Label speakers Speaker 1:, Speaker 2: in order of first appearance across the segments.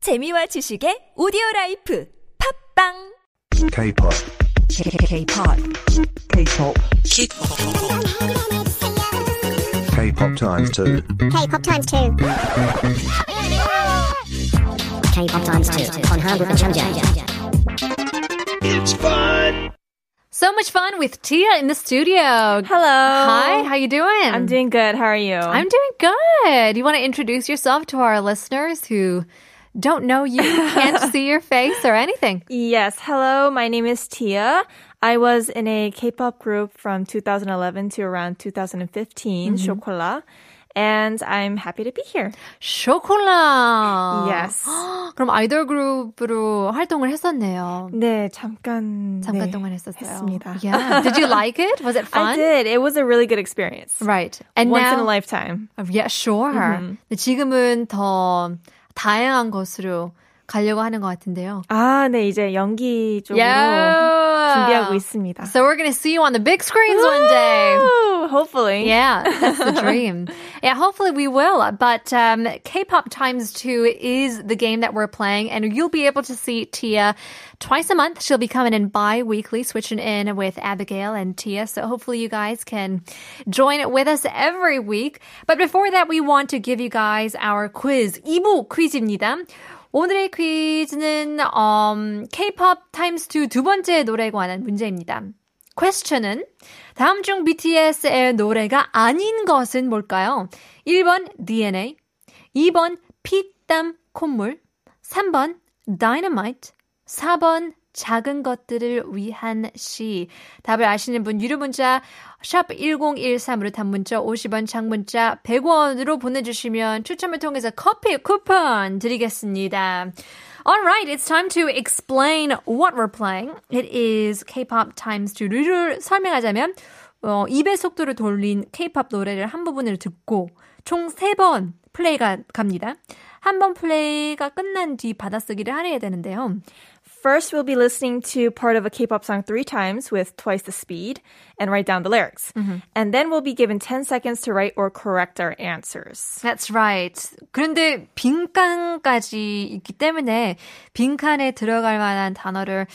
Speaker 1: 재미와 지식의 오디오 라이프 팝빵
Speaker 2: K-pop,
Speaker 3: K-pop. K-pop.
Speaker 2: K-pop times two.
Speaker 4: K-pop times two. K-pop times two on Hangul Changja.
Speaker 5: So much fun with Tia in the studio.
Speaker 6: Hello.
Speaker 5: Hi, how you doing?
Speaker 6: I'm doing good. How are you?
Speaker 5: I'm doing good. You want to introduce yourself to our listeners who don't know you, can't see your face or anything.
Speaker 6: Yes. Hello. My name is Tia. I was in a K-pop group from 2011 to around 2015,
Speaker 5: Mm-hmm.
Speaker 6: Chocolat, and I'm happy to be here.
Speaker 5: 쇼콜라.
Speaker 6: Yes.
Speaker 5: 그럼 아이돌 그룹으로 활동을 했었네요.
Speaker 6: 네, 잠깐
Speaker 5: 잠깐
Speaker 6: 네,
Speaker 5: 동안 했었어요.
Speaker 6: 했습니다.
Speaker 5: Yeah. Did you like it? Was it fun?
Speaker 6: I did. It was a really good experience.
Speaker 5: Right. And
Speaker 6: Once
Speaker 5: now Oh,
Speaker 6: in a lifetime. Mm-hmm.
Speaker 5: Yeah, sure. 근데 지금은 더 다양한 것으로 가려고 하는 것 같은데요.
Speaker 6: 아, Ah, 네, 이제 연기 쪽으로
Speaker 5: Yeah.
Speaker 6: 준비하고 있습니다.
Speaker 5: So we're gonna see you on the big screens one day.
Speaker 6: Woo! Hopefully.
Speaker 5: Yeah, that's the dream. yeah, hopefully we will. But um, K-pop Times 2 is the game that we're playing, and you'll be able to see Tia twice a month. She'll be coming in bi-weekly, switching in with Abigail and Tia. So hopefully you guys can join it with us every week. But before that, we want to give you guys our quiz. 2부 퀴즈입니다. 오늘의 퀴즈는 um, K-pop Times 2 두 번째 노래에 관한 문제입니다. 퀘스천은 다음 중 BTS의 노래가 아닌 것은 뭘까요? 1번 DNA, 2번 피땀 콧물, 3번 Dynamite, 4번 작은 것들을 위한 시. 답을 아시는 분 유료 문자 샵 1013으로 단문자 50원, 장문자 100원으로 보내주시면 추첨을 통해서 커피 쿠폰 드리겠습니다. Alright, it's time to explain what we're playing. It is K-pop times 2. 룰을 설명하자면 어, 2배 속도로 돌린 K-pop 노래를 한 부분을 듣고 총 3번 플레이가 갑니다. 한 번 플레이가 끝난 뒤 받아쓰기를 하려야 되는데요.
Speaker 6: First, we'll be listening to part of a K-pop song three times with twice the speed and write down the lyrics.
Speaker 5: Mm-hmm.
Speaker 6: And then we'll be given 10 seconds to write or correct our answers.
Speaker 5: That's right. 그런데 빈칸까지 있기 때문에 빈칸에 들어갈 만한 단어를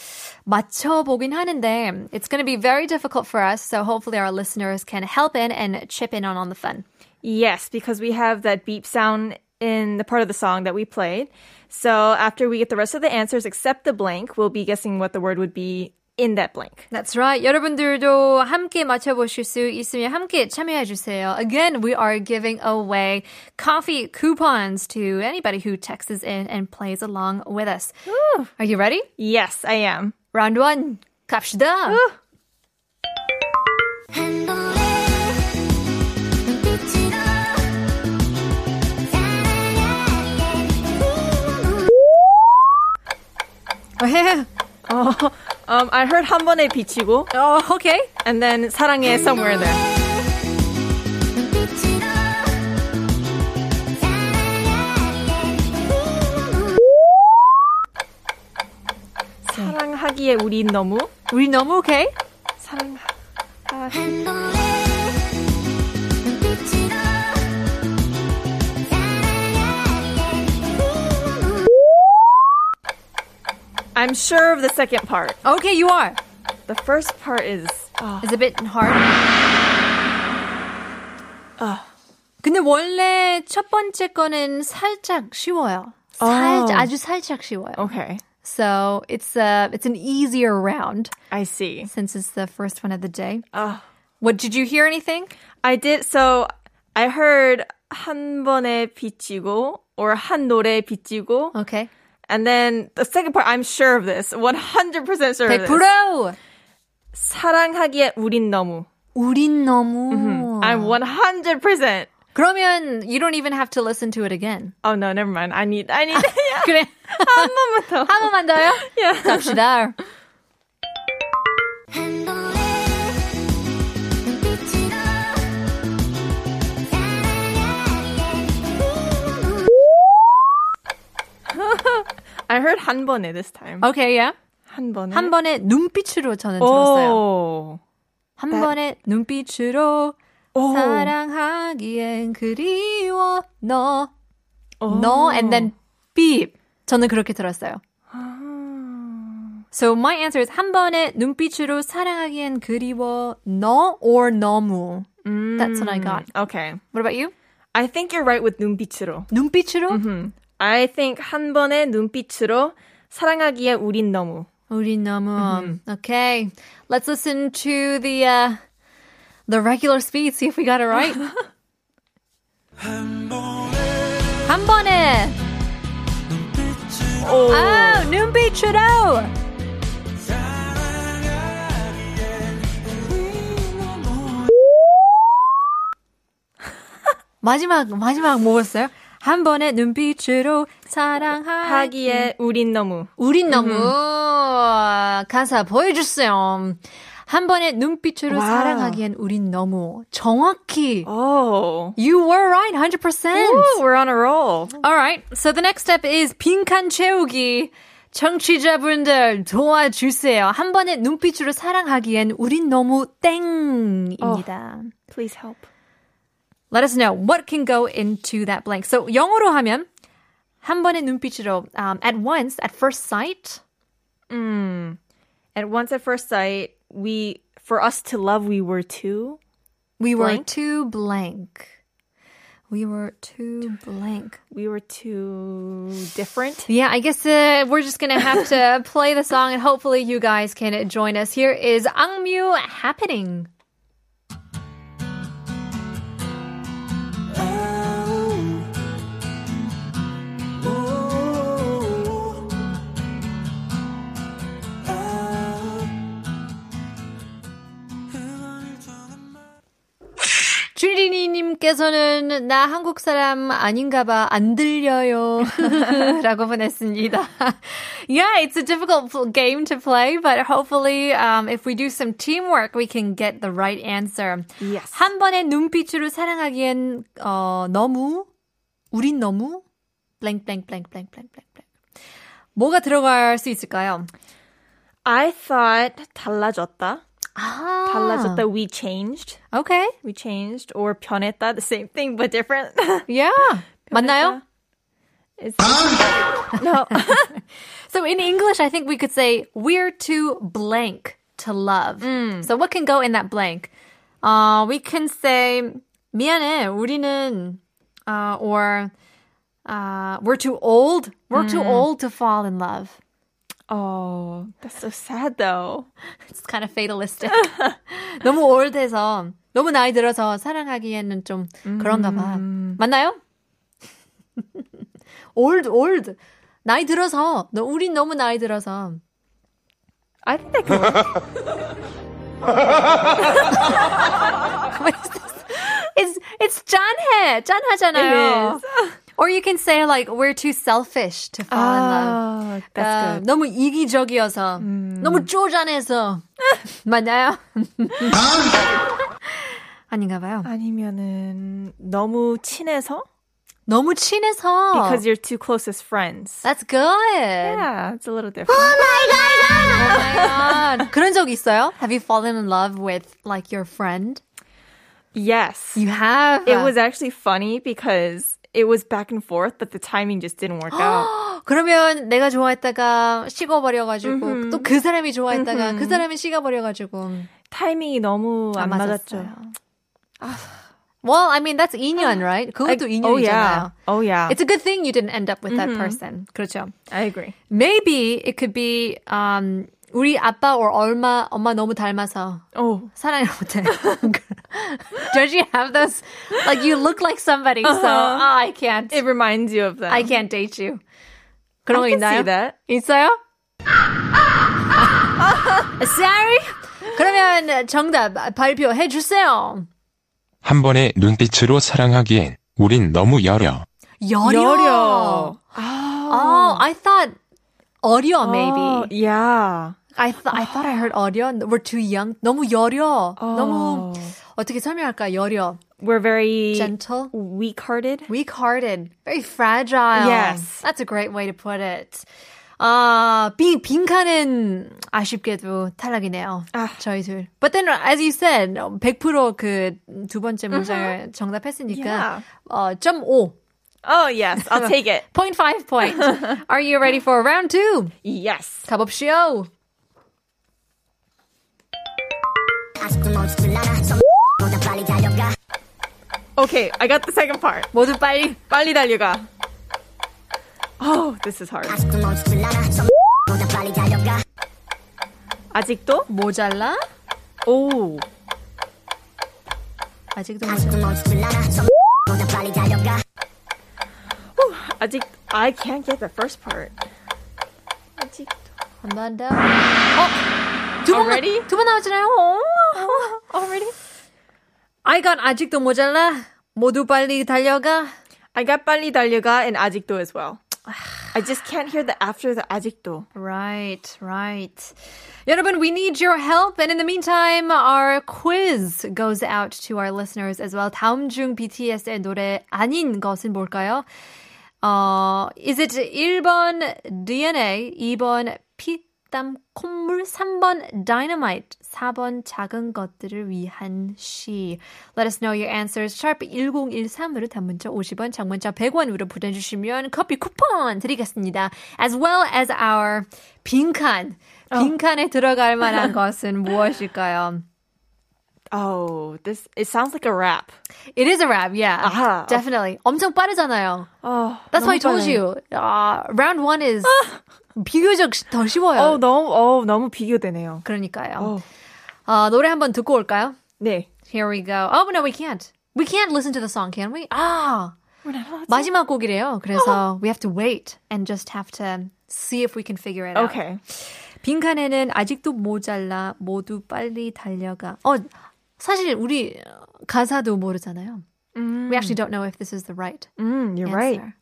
Speaker 5: 맞춰보긴 하는데 it's going to be very difficult for us. So hopefully our listeners can help in and chip in on, on the fun.
Speaker 6: Yes, because we have that beep sound in the part of the song that we played. So after we get the rest of the answers except the blank, we'll be guessing what the word would be in that blank.
Speaker 5: That's right. 여러분들도 함께 맞춰보실 수 있으면 함께 참여해주세요. Again, we are giving away coffee coupons to anybody who texts in and plays along with us. Are you ready?
Speaker 6: Yes, I am.
Speaker 5: Round one, 갑시다.
Speaker 6: Um, I heard 한 번에 비치고
Speaker 5: Oh, okay. Mm.
Speaker 6: and then 사랑해 somewhere in there. 사랑하기에 우린 너무
Speaker 5: 우리 너무 okay?
Speaker 6: 사랑 I'm sure of the second part.
Speaker 5: Okay, you are.
Speaker 6: The first part is
Speaker 5: It's a bit hard. 근데 원래 첫 번째 거는 살짝 쉬워요. 살짝, 아주 살짝 쉬워요.
Speaker 6: okay.
Speaker 5: So it's a it's an easier round
Speaker 6: I see.
Speaker 5: since it's the first one of the day. What did you hear? Anything?
Speaker 6: I did so I heard 한 번에 비치고 or 한 노래 비치고
Speaker 5: Okay.
Speaker 6: and then the second part I'm sure of this. 100% sure
Speaker 5: Uh,
Speaker 6: of this.
Speaker 5: 100%
Speaker 6: 사랑하기에 우린 너무.
Speaker 5: 우린 너무.
Speaker 6: I'm 100%.
Speaker 5: Mm-hmm. 그러면 you don't even have to listen to it again.
Speaker 6: Oh no, never mind. I need I need
Speaker 5: 그래. 한 번만 더. 한 번만 더요?
Speaker 6: Yeah.
Speaker 5: 갑시다.
Speaker 6: I heard 한 번에 this time.
Speaker 5: Okay, yeah.
Speaker 6: 한 번에.
Speaker 5: 한 번에 눈빛으로 저는 들었어요.
Speaker 6: Oh.
Speaker 5: 한 번에 눈빛으로 사랑하기엔 그리워 너. 너 and then beep. 저는 그렇게 들었어요. So my answer is 한 번의 눈빛으로 사랑하기엔 그리워 너 or 너무. That's what I got.
Speaker 6: Okay.
Speaker 5: What about you?
Speaker 6: I think you're right with 눈빛으로.
Speaker 5: 눈빛으로?
Speaker 6: I think 한 번의 눈빛으로 사랑하기에 우린 너무.
Speaker 5: 우리 너무. Okay. Let's listen to the uh, the regular speed. See if we got it right. 한 번에.
Speaker 6: 오.
Speaker 5: 아, 눈빛으로. 마지막 마지막 뭐였어요? 한 번에 눈빛으로 사랑하기.
Speaker 6: 하기에 우린 너무.
Speaker 5: 우린 너무 가사 보여주세요. 한 번에 눈빛으로
Speaker 6: 와우.
Speaker 5: 사랑하기엔 우린 너무 정확히.
Speaker 6: Oh.
Speaker 5: You were right, 100%.
Speaker 6: we're on a roll.
Speaker 5: All right. So the next step is 빈칸 채우기. 청취자분들 도와주세요. 한 번에 눈빛으로 사랑하기엔 우린 너무 땡입니다.
Speaker 6: Oh, Please help.
Speaker 5: Let us know what can go into that blank. So 영어로 하면 한 번에 눈빛으로 um, at once at first sight.
Speaker 6: At once at first sight, we for us to love we were two.
Speaker 5: We were
Speaker 6: Blank?
Speaker 5: too blank. We were too blank.
Speaker 6: We were two different.
Speaker 5: Yeah, I guess uh, we're just gonna have to play the song, and hopefully you guys can join us. Here is Angmyu happening. 줄리니님께서는 나 한국 사람 아닌가봐 안 들려요라고 보냈습니다. yeah, it's a difficult pl- game to play, but hopefully, um, if we do some teamwork, we can get the right answer.
Speaker 6: Yes.
Speaker 5: 한 번의 눈빛으로 사랑하기엔 어, 너무 우린 너무 blank blank blank blank blank blank blank 뭐가 들어갈 수 있을까요?
Speaker 6: I thought 달라졌다.
Speaker 5: 아,
Speaker 6: Ah. 달라졌다. We changed.
Speaker 5: Okay,
Speaker 6: We changed or 변했다. The same thing but different.
Speaker 5: yeah, 맞나요?
Speaker 6: It's- no.
Speaker 5: So in English, I think we could say we're too blank to love. So what can go in that blank? Uh, we can say 미안해, 우리는 uh, or uh, we're too old. We're too old to fall in love.
Speaker 6: Oh, that's so sad though.
Speaker 5: It's kind of fatalistic. 너무 old해서 너무 나이 들어서 사랑하기에는 좀 그런가 봐. 맞나요? old, old. 나이 들어서 너 우린 너무 나이 들어서.
Speaker 6: I think that can work.
Speaker 5: What is this? It's it's 짠해 짠하잖아요. Or you can say like we're too selfish to fall in love.
Speaker 6: oh,
Speaker 5: 아,
Speaker 6: that's 음.
Speaker 5: 너무 이기적이어서 너무 쪼잔해서 맞나요? 아닌가 봐요.
Speaker 6: good. 아니면은 너무 친해서?
Speaker 5: 너무 친해서.
Speaker 6: Because you're two closest friends.
Speaker 5: That's good.
Speaker 6: Yeah, it's a little different.
Speaker 5: Oh my god. 그런 적 있어요? Have you fallen in love with like your friend?
Speaker 6: Yes.
Speaker 5: You have.
Speaker 6: It was actually funny because it was back and forth, but the timing just didn't work out.
Speaker 5: 그러면 내가 좋아했다가 식어버려가지고 또 그 사람이 좋아했다가 그 사람이 식어버려가지고
Speaker 6: 타이밍이 너무 안, 맞았죠.
Speaker 5: 아. Well, I mean that's 인연, right? 그것도
Speaker 6: oh yeah.
Speaker 5: 인연이잖아요.
Speaker 6: Oh yeah.
Speaker 5: It's a good thing you didn't end up with that
Speaker 6: Mm-hmm.
Speaker 5: person. 그렇죠.
Speaker 6: I agree.
Speaker 5: Maybe it could be um, 우리 아빠 or 엄마 엄마 너무 닮아서
Speaker 6: Oh.
Speaker 5: 사랑을 못해. Don't you have those? Like you look like somebody, so ah, I can't.
Speaker 6: Uh-huh. It reminds you of that.
Speaker 5: I can't date you. 그런 거
Speaker 6: I can
Speaker 5: 있나요?
Speaker 6: see that.
Speaker 5: 있어요? Sorry. 그러면 정답 발표해 주세요.
Speaker 7: 한 번의 눈빛으로 사랑하기엔 우린 너무 여려.
Speaker 5: 여려. Oh, I thought 어려
Speaker 6: Oh,
Speaker 5: maybe.
Speaker 6: yeah.
Speaker 5: I thought I thought I heard 어려. We're too young. 너무 여려. 너무
Speaker 6: Oh.
Speaker 5: 어떻게 설명할까? 여려.
Speaker 6: We're very
Speaker 5: Gentle.
Speaker 6: weak hearted.
Speaker 5: Weak hearted, very fragile.
Speaker 6: Yes.
Speaker 5: That's a great way to put it. 아, 빈, 빈칸은 아쉽게도 탈락이네요. 저희 둘. But then, as you said, 그 100%그 두 번째 문장을 정답했으니까,
Speaker 6: Uh-huh. Yeah.
Speaker 5: 어, 점5
Speaker 6: Oh, yes. I'll take it.
Speaker 5: Point five point. Are you ready for round two?
Speaker 6: Yes.
Speaker 5: 가봅시오.
Speaker 6: Okay, I got the second part.
Speaker 5: 모두 빨리.
Speaker 6: 빨리 달려가. Oh, this is hard. 아직도?
Speaker 5: 모자라?
Speaker 6: 오.
Speaker 5: 아직도 모자라.
Speaker 6: 아직 I can't get the first part. 아직도.
Speaker 5: 한번 더. 어? 두번
Speaker 6: Already?
Speaker 5: 두번 나왔잖아요. 어,
Speaker 6: Oh,
Speaker 5: already? I got 아직도 모자라. 모두 빨리 달려가.
Speaker 6: I got 빨리 달려가 and 아직도 as well. I just can't hear the after the 아직도.
Speaker 5: Right, right. 여러분, we need your help. And in the meantime, our quiz goes out to our listeners as well. 다음 중 BTS의 노래 아닌 것은 뭘까요? 어, is it 1번 DNA, 2번 피땀 콧물, 3번 Dynamite, 4번 작은 것들을 위한 시. Let us know your answers. Sharp 1013으로 단문자 50원, 장문자 100원으로 보내주시면 커피 쿠폰 드리겠습니다. As well as our 빈칸. 빈칸에 들어갈 만한 것은 무엇일까요?
Speaker 6: Oh, this it sounds like a rap.
Speaker 5: It is a rap, yeah.
Speaker 6: 아하.
Speaker 5: Definitely. 엄청 빠르잖아요.
Speaker 6: Uh-huh. Oh,
Speaker 5: That's why I
Speaker 6: 너무
Speaker 5: told
Speaker 6: 빨라요.
Speaker 5: you. Uh, round one is 비교적 더 쉬워요.
Speaker 6: Oh, 너무 oh, 너무 비교되네요.
Speaker 5: 그러니까요.
Speaker 6: Oh.
Speaker 5: 어, 노래 한번 듣고 올까요?
Speaker 6: 네.
Speaker 5: Here we go. Oh no, we can't. We can't listen to the song, can we? 아, 마지막 곡이래요. 그래서
Speaker 6: Oh.
Speaker 5: we have to wait and just have to see if we can figure it out.
Speaker 6: Okay.
Speaker 5: 빈칸에는 아직도 모자라 모두 빨리 달려가. 어, 사실 우리 가사도 모르잖아요. We actually don't know if this is the right
Speaker 6: Mm, you're right.
Speaker 5: answer.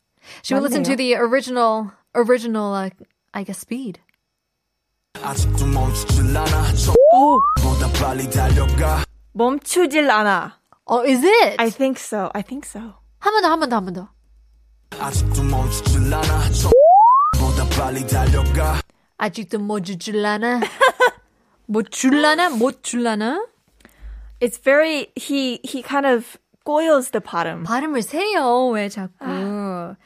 Speaker 5: Should we listen to the original original uh, I guess speed?
Speaker 8: 아직도 멈추질 않아
Speaker 6: Oh,
Speaker 8: 저보다 빨리 달려가
Speaker 6: 멈추질 않아.
Speaker 5: Oh, is it?
Speaker 6: I think so. I think so.
Speaker 5: 한 번 더, 한 번 더, 한 번 더.
Speaker 8: 아직도 멈추질 않아 저보다 빨리 달려가
Speaker 5: 아직도 못 줄라나? 못 줄라나? 못 줄라나?
Speaker 6: It's very he he kind of coils the bottom.
Speaker 5: 발음을 세요. 왜 자꾸. 아.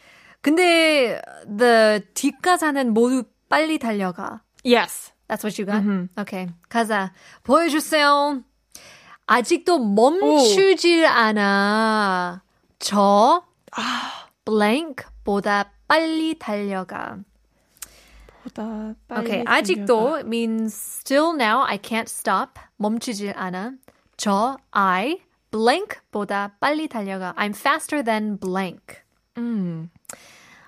Speaker 5: 근데 the 뒷가사는 모두 빨리 달려가.
Speaker 6: Yes.
Speaker 5: That's what you got? Okay. 가사 보여주세요. 아직도 멈추질 않아. 저 blank보다 빨리 달려가.
Speaker 6: 보다 빨리
Speaker 5: Okay,
Speaker 6: 달려가.
Speaker 5: 아직도 means still now I can't stop. 멈추지 않아. 저 I blank보다 빨리 달려가. I'm faster than blank.
Speaker 6: 음.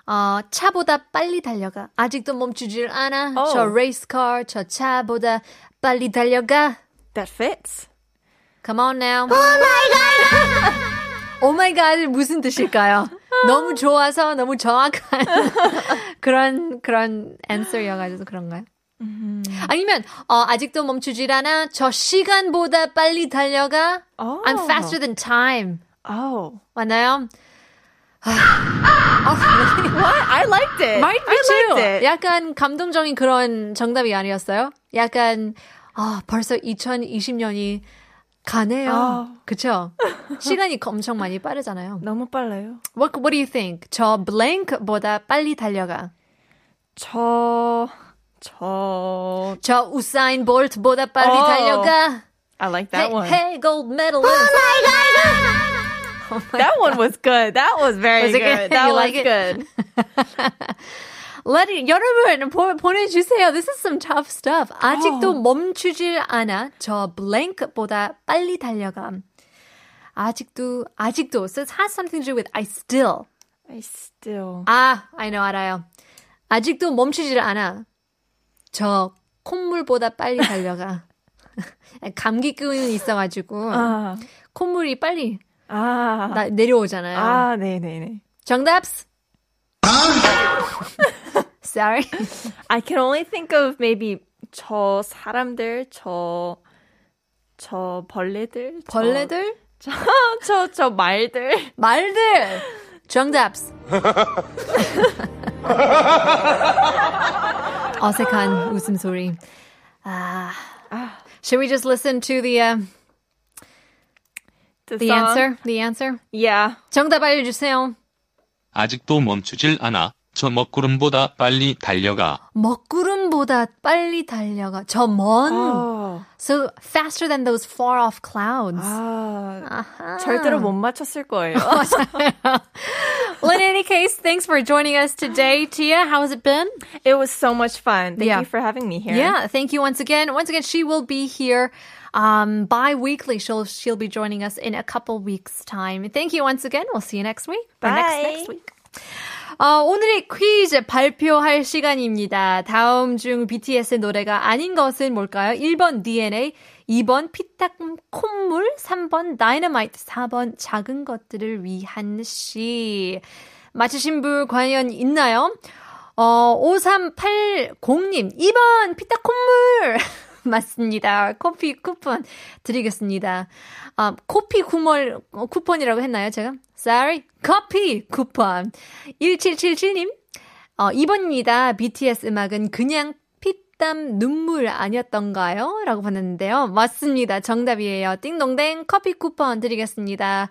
Speaker 5: 어, 차보다 빨리 달려가. 아직도 멈추질 않아.
Speaker 6: Oh.
Speaker 5: 저 race car, 저 차보다 빨리 달려가.
Speaker 6: that fits.
Speaker 5: Come on now. Oh my god. 무슨 뜻일까요? 너무 좋아서 너무 정확한 그런 그런 answer여가지고 그런가요? 아니면 어, 아직도 멈추질 않아 저 시간보다 빨리 달려가
Speaker 6: Oh.
Speaker 5: I'm faster than time
Speaker 6: Oh.
Speaker 5: 맞나요? 아,
Speaker 6: What? I liked it.
Speaker 5: Might be
Speaker 6: I liked
Speaker 5: too.
Speaker 6: it.
Speaker 5: 약간 감동적인 그런 정답이 아니었어요? 약간 아 벌써 2020년이 가네요.
Speaker 6: 아.
Speaker 5: 그쵸? 시간이 엄청 많이 빠르잖아요.
Speaker 6: 너무 빨라요.
Speaker 5: What, what do you think? 저 blank보다 빨리 달려가.
Speaker 6: 저 저.
Speaker 5: 저 우사인 볼트보다 빨리
Speaker 6: 어.
Speaker 5: 달려가.
Speaker 6: I like that
Speaker 5: Hey,
Speaker 6: one.
Speaker 5: hey, gold medalist. Oh my
Speaker 6: That one was good. That was very
Speaker 5: Was it
Speaker 6: good.
Speaker 5: good?
Speaker 6: That
Speaker 5: You
Speaker 6: was
Speaker 5: like it?
Speaker 6: good.
Speaker 5: Let it, 여러분 보, 보내주세요. This is some tough stuff. 아직도
Speaker 6: Oh.
Speaker 5: 멈추질 않아. 저 blank보다 빨리 달려가. 아직도 아직도 so it has something to do with I still.
Speaker 6: I still.
Speaker 5: 아, I know 알아요. 아직도 멈추질 않아. 저 콧물보다 빨리 달려가. 감기 기운이 있어가지고
Speaker 6: 아.
Speaker 5: 콧물이 빨리
Speaker 6: 아.
Speaker 5: 나, 내려오잖아요.
Speaker 6: 아, 네, 네, 네.
Speaker 5: 정답. Sorry.
Speaker 6: 어. I can only think of maybe 저 사람들 저저 벌레들 저-
Speaker 5: 벌레들?
Speaker 6: 저, 저 말들.
Speaker 5: 말들. 정답. 어색한 웃음소리. 아. Should we just listen to the uh, the
Speaker 6: song.
Speaker 5: answer? The answer.
Speaker 6: Yeah.
Speaker 5: 정답 알려주세요.
Speaker 9: 아직도 멈추질 않아. 저 먹구름보다 빨리 달려가.
Speaker 5: 먹구름보다 빨리 달려가. 저 먼.
Speaker 6: 아,
Speaker 5: So faster than those far off clouds.
Speaker 6: 아,
Speaker 5: 아하.
Speaker 6: 절대로 못 맞췄을 거예요.
Speaker 5: well, in any case, thanks for joining us today, Tia. How has it been?
Speaker 6: It was so much fun. Thank
Speaker 5: Yeah.
Speaker 6: you for having me here.
Speaker 5: Yeah, thank you once again. Once again, she will be here um, bi-weekly. She'll she'll be joining us in a couple weeks' time. Thank you once again. We'll see you next week. Or next
Speaker 6: Bye.
Speaker 5: next week. 어, 오늘의 퀴즈 발표할 시간입니다. 다음 중 BTS의 노래가 아닌 것은 뭘까요? 1번 DNA, 2번 피딱 콧물, 3번 다이너마이트, 4번 작은 것들을 위한 시. 맞히신 분 과연 있나요? 어, 5380님, 2번 피딱 콧물! 맞습니다. 커피 쿠폰 드리겠습니다. 아, 커피 쿠멀, 어, 쿠폰이라고 했나요, 제가? Sorry. 커피 쿠폰. 1777님, 어, 2번입니다. BTS 음악은 그냥 피땀 눈물 아니었던가요? 라고 봤는데요. 맞습니다. 정답이에요. 띵동댕 커피 쿠폰 드리겠습니다.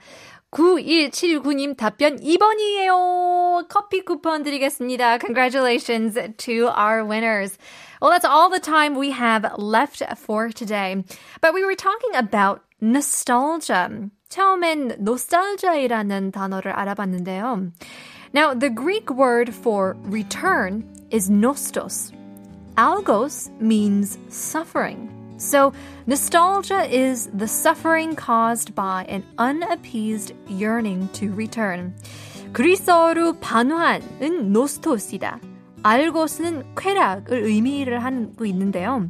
Speaker 5: 9179님 답변 2번이에요. 커피 쿠폰 드리겠습니다. Congratulations to our winners. Well, that's all the time we have left for today. But we were talking about nostalgia. 처음엔 nostalgia이라는 단어를 알아봤는데요. Now, the Greek word for return is nostos. Algos means suffering. So, nostalgia is the suffering caused by an unappeased yearning to return. 그리스어로 반환은 노스토스이다. 알고스는 쾌락을 의미를 하고 있는데요.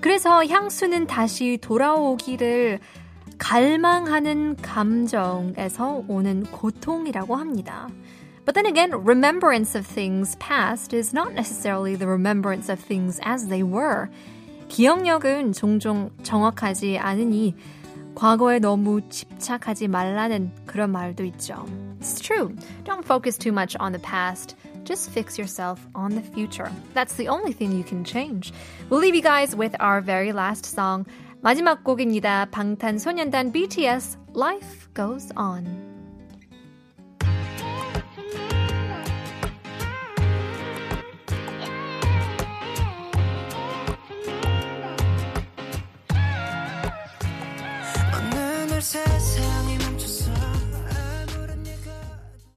Speaker 5: 그래서 향수는 다시 돌아오기를 갈망하는 감정에서 오는 고통이라고 합니다. But then again, remembrance of things past is not necessarily the remembrance of things as they were. 기억력은 종종 정확하지 않으니 과거에 너무 집착하지 말라는 그런 말도 있죠. It's true. Don't focus too much on the past. Just fix yourself on the future. That's the only thing you can change. We'll leave you guys with our very last song. 마지막 곡입니다. 방탄소년단 BTS Life Goes On.
Speaker 8: 어느 날 세상에